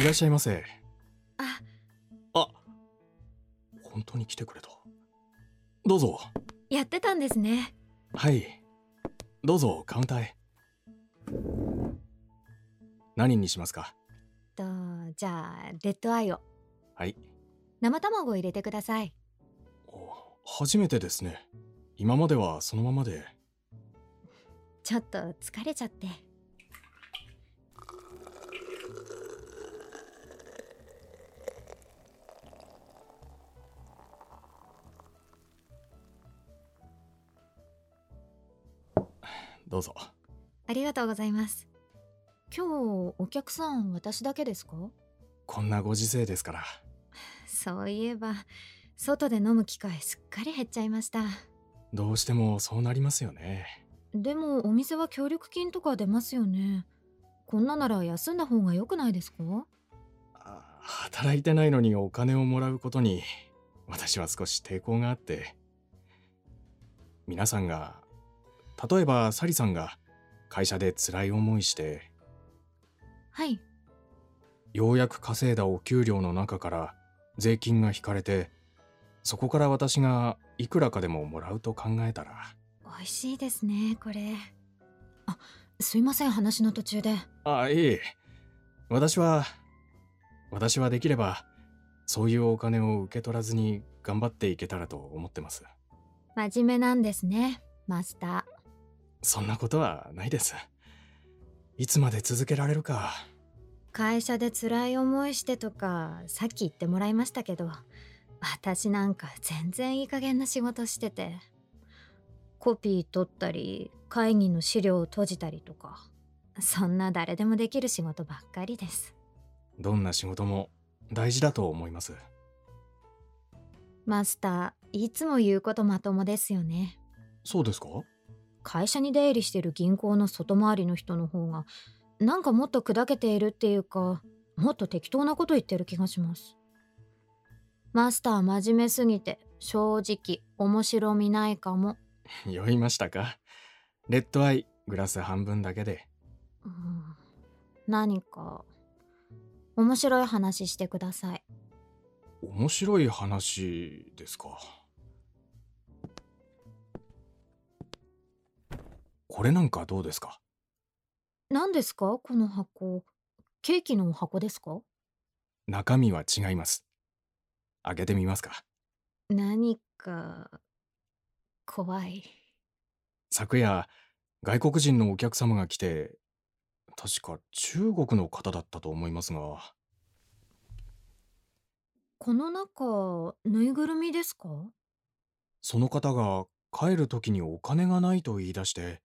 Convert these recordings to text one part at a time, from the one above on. いらっしゃいませ。あ、あ、本当に来てくれた。どうぞ。やってたんですね。はい。どうぞ、カウンターへ。何にしますかと、じゃあ、レッドアイを。はい。生卵を入れてください。お初めてですね。今まではそのままで。ちょっと疲れちゃって。どうぞ。ありがとうございます。今日、お客さん私だけですかこんなご時世ですから。そういえば、外で飲む機会すっかり減っちゃいました。どうしてもそうなりますよね。でも、お店は協力金とか出ますよね。こんななら休んだ方が良くないですかあ働いてないのにお金をもらうことに私は少し抵抗があって皆さんが例えばサリさんが会社で辛い思いしてはい。ようやく稼いだお給料の中から税金が引かれてそこから私がいくらかでももらうと考えたら美味しいですね、これ。あ、すいません、話の途中で。ああいい私は私はできればそういうお金を受け取らずに頑張っていけたらと思ってます真面目なんですね、マスター。そんなことはないです。いつまで続けられるか。会社で辛い思いしてとかさっき言ってもらいましたけど私なんか全然いい加減な仕事しててコピー取ったり会議の資料を閉じたりとかそんな誰でもできる仕事ばっかりですどんな仕事も大事だと思います。マスターいつも言うことまともですよねそうですか会社に出入りしてる銀行の外回りの人の方がなんかもっと砕けているっていうかもっと適当なこと言ってる気がしますマスター真面目すぎて正直面白みないかも、酔いましたかレッドアイ、グラス半分だけで。うん、何か面白い話してください面白い話ですか。これなんかどうですか何ですかこの箱ケーキのお箱ですか中身は違います。開けてみますか何か怖い昨夜外国人のお客様が来て確か中国の方だったと思いますがこの中ぬいぐるみですかその方が帰る時にお金がないと言い出して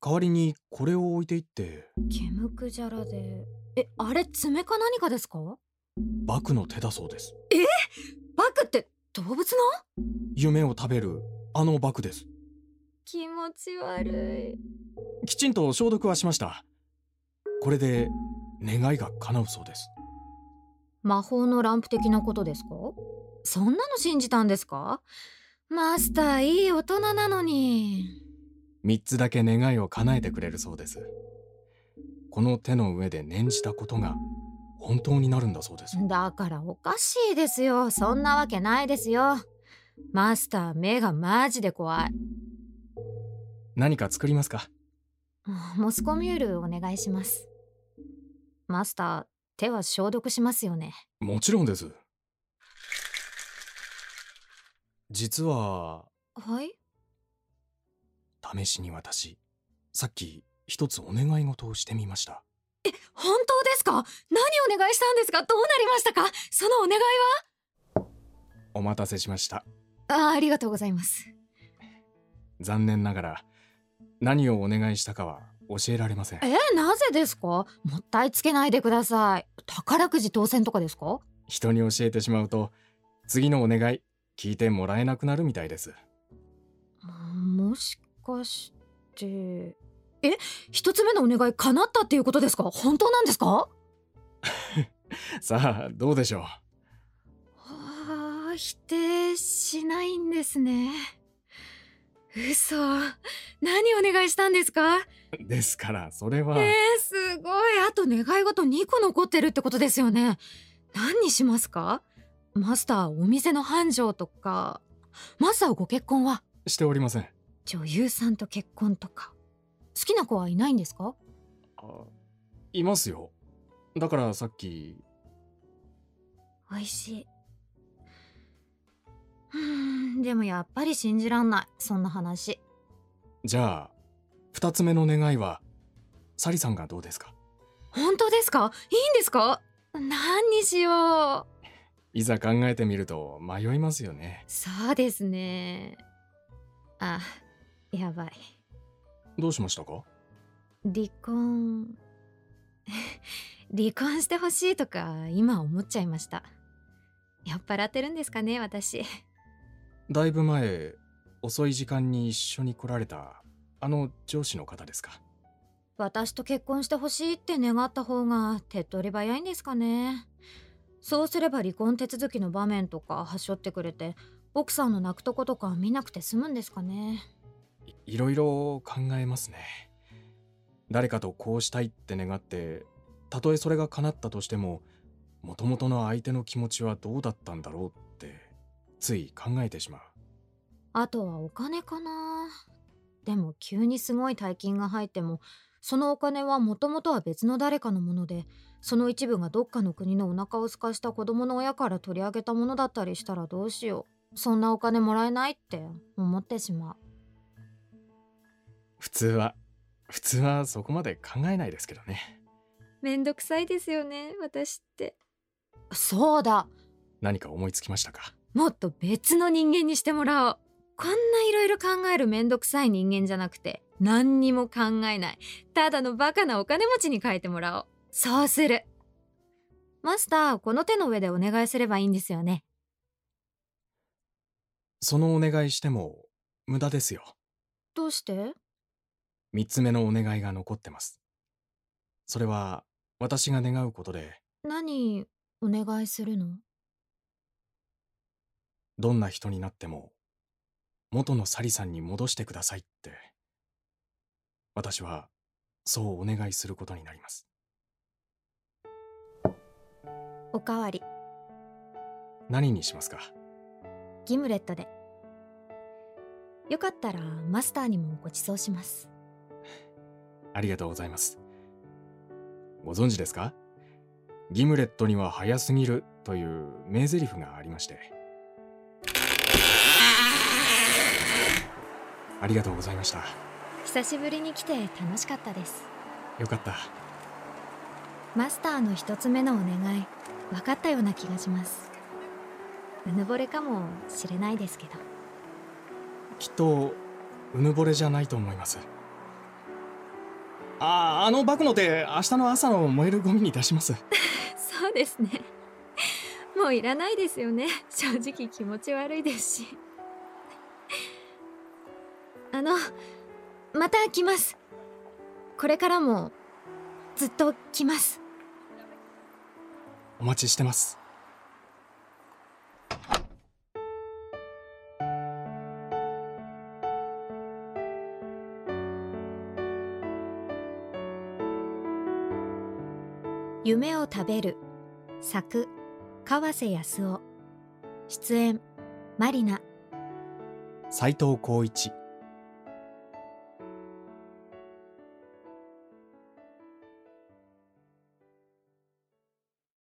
代わりにこれを置いていって毛むくじゃらでえあれ爪か何かですかバクの手だそうですバクって動物の夢を食べるあのバクです気持ち悪いきちんと消毒はしましたこれで願いが叶うそうです魔法のランプ的なことですかそんなの信じたんですかマスターいい大人なのに3つだけ願いを叶えてくれるそうですこの手の上で念じたことが本当になるんだそうですだからおかしいですよそんなわけないですよマスター目がマジで怖い何か作りますかモスコミュールお願いしますマスター手は消毒しますよねもちろんです実ははい試しに私さっき一つお願い事をしてみました本当ですか何お願いしたんですかどうなりましたかそのお願いお待たせしましたはあありがとうございます残念ながら何をお願いしたかは教えられませんえなぜですかもったいつけないでください宝くじ当選とかですか人に教えてしまうと次のお願い聞いてもらえなくなるみたいですもしかしてえ一つ目のお願い叶ったっていうことですか本当なんですかはさあどうでしょうあ否定しないんですね嘘何お願いしたんですかですからそれは、えー、すごいあと願い事2個残ってるってことですよね何にしますかマスターお店の繁盛とかマスターご結婚はしておりません女優さんと結婚とか好きな子はいないんですかあいますよだからさっき美味しい。うーん、でもやっぱり信じらんない、そんな話。じゃあ二つ目の願いはサリさんがどうですか本当ですかいいんですか何にしよう。いざ考えてみると迷いますよねそうですね。あ、やばい。どうしましたか離婚。 離婚してほしいとか、今思っちゃいました。酔っ払ってるんですかね、私。だいぶ前遅い時間に一緒に来られたあの上司の方ですか私と結婚してほしいって願った方が手っ取り早いんですかねそうすれば離婚手続きの場面とか端折ってくれて奥さんの泣くとことか見なくて済むんですかねいいろいろ考えますね誰かとこうしたいって願ってたとえそれが叶ったとしても元々の相手の気持ちはどうだったんだろうってつい考えてしまうあとはお金かなでも急にすごい大金が入ってもそのお金はもともとは別の誰かのものでその一部がどっかの国のお腹を空かした子供の親から取り上げたものだったりしたらどうしようそんなお金もらえないって思ってしまう普通は普通はそこまで考えないですけどねめんどくさいですよね私ってそうだ何か思いつきましたかもっと別の人間にしてもらおうこんないろいろ考えるめんどくさい人間じゃなくて何にも考えないただのバカなお金持ちに変えてもらおうそうするマスターこの手の上でお願いすればいいんですよねそのお願いしても無駄ですよどうして三つ目のお願いが残ってますそれは私が願うことで何お願いするのどんな人になっても元のサリさんに戻してくださいって私はそうお願いすることになりますおかわり何にしますかギムレットでよかったらマスターにもご馳走しますありがとうございますご存知ですかギムレットには早すぎるという名台詞がありましてありがとうございました久しぶりに来て楽しかったですよかったマスターの一つ目のお願い分かったような気がしますうぬぼれかもしれないですけどきっとうぬぼれじゃないと思いますあああのバクの手明日の朝の燃えるゴミに出しますそうですね もういらないですよね正直気持ち悪いですしあのまた来ますこれからもずっと来ますお待ちしてます夢を食べる作川瀬康夫出演マリナ斉藤浩一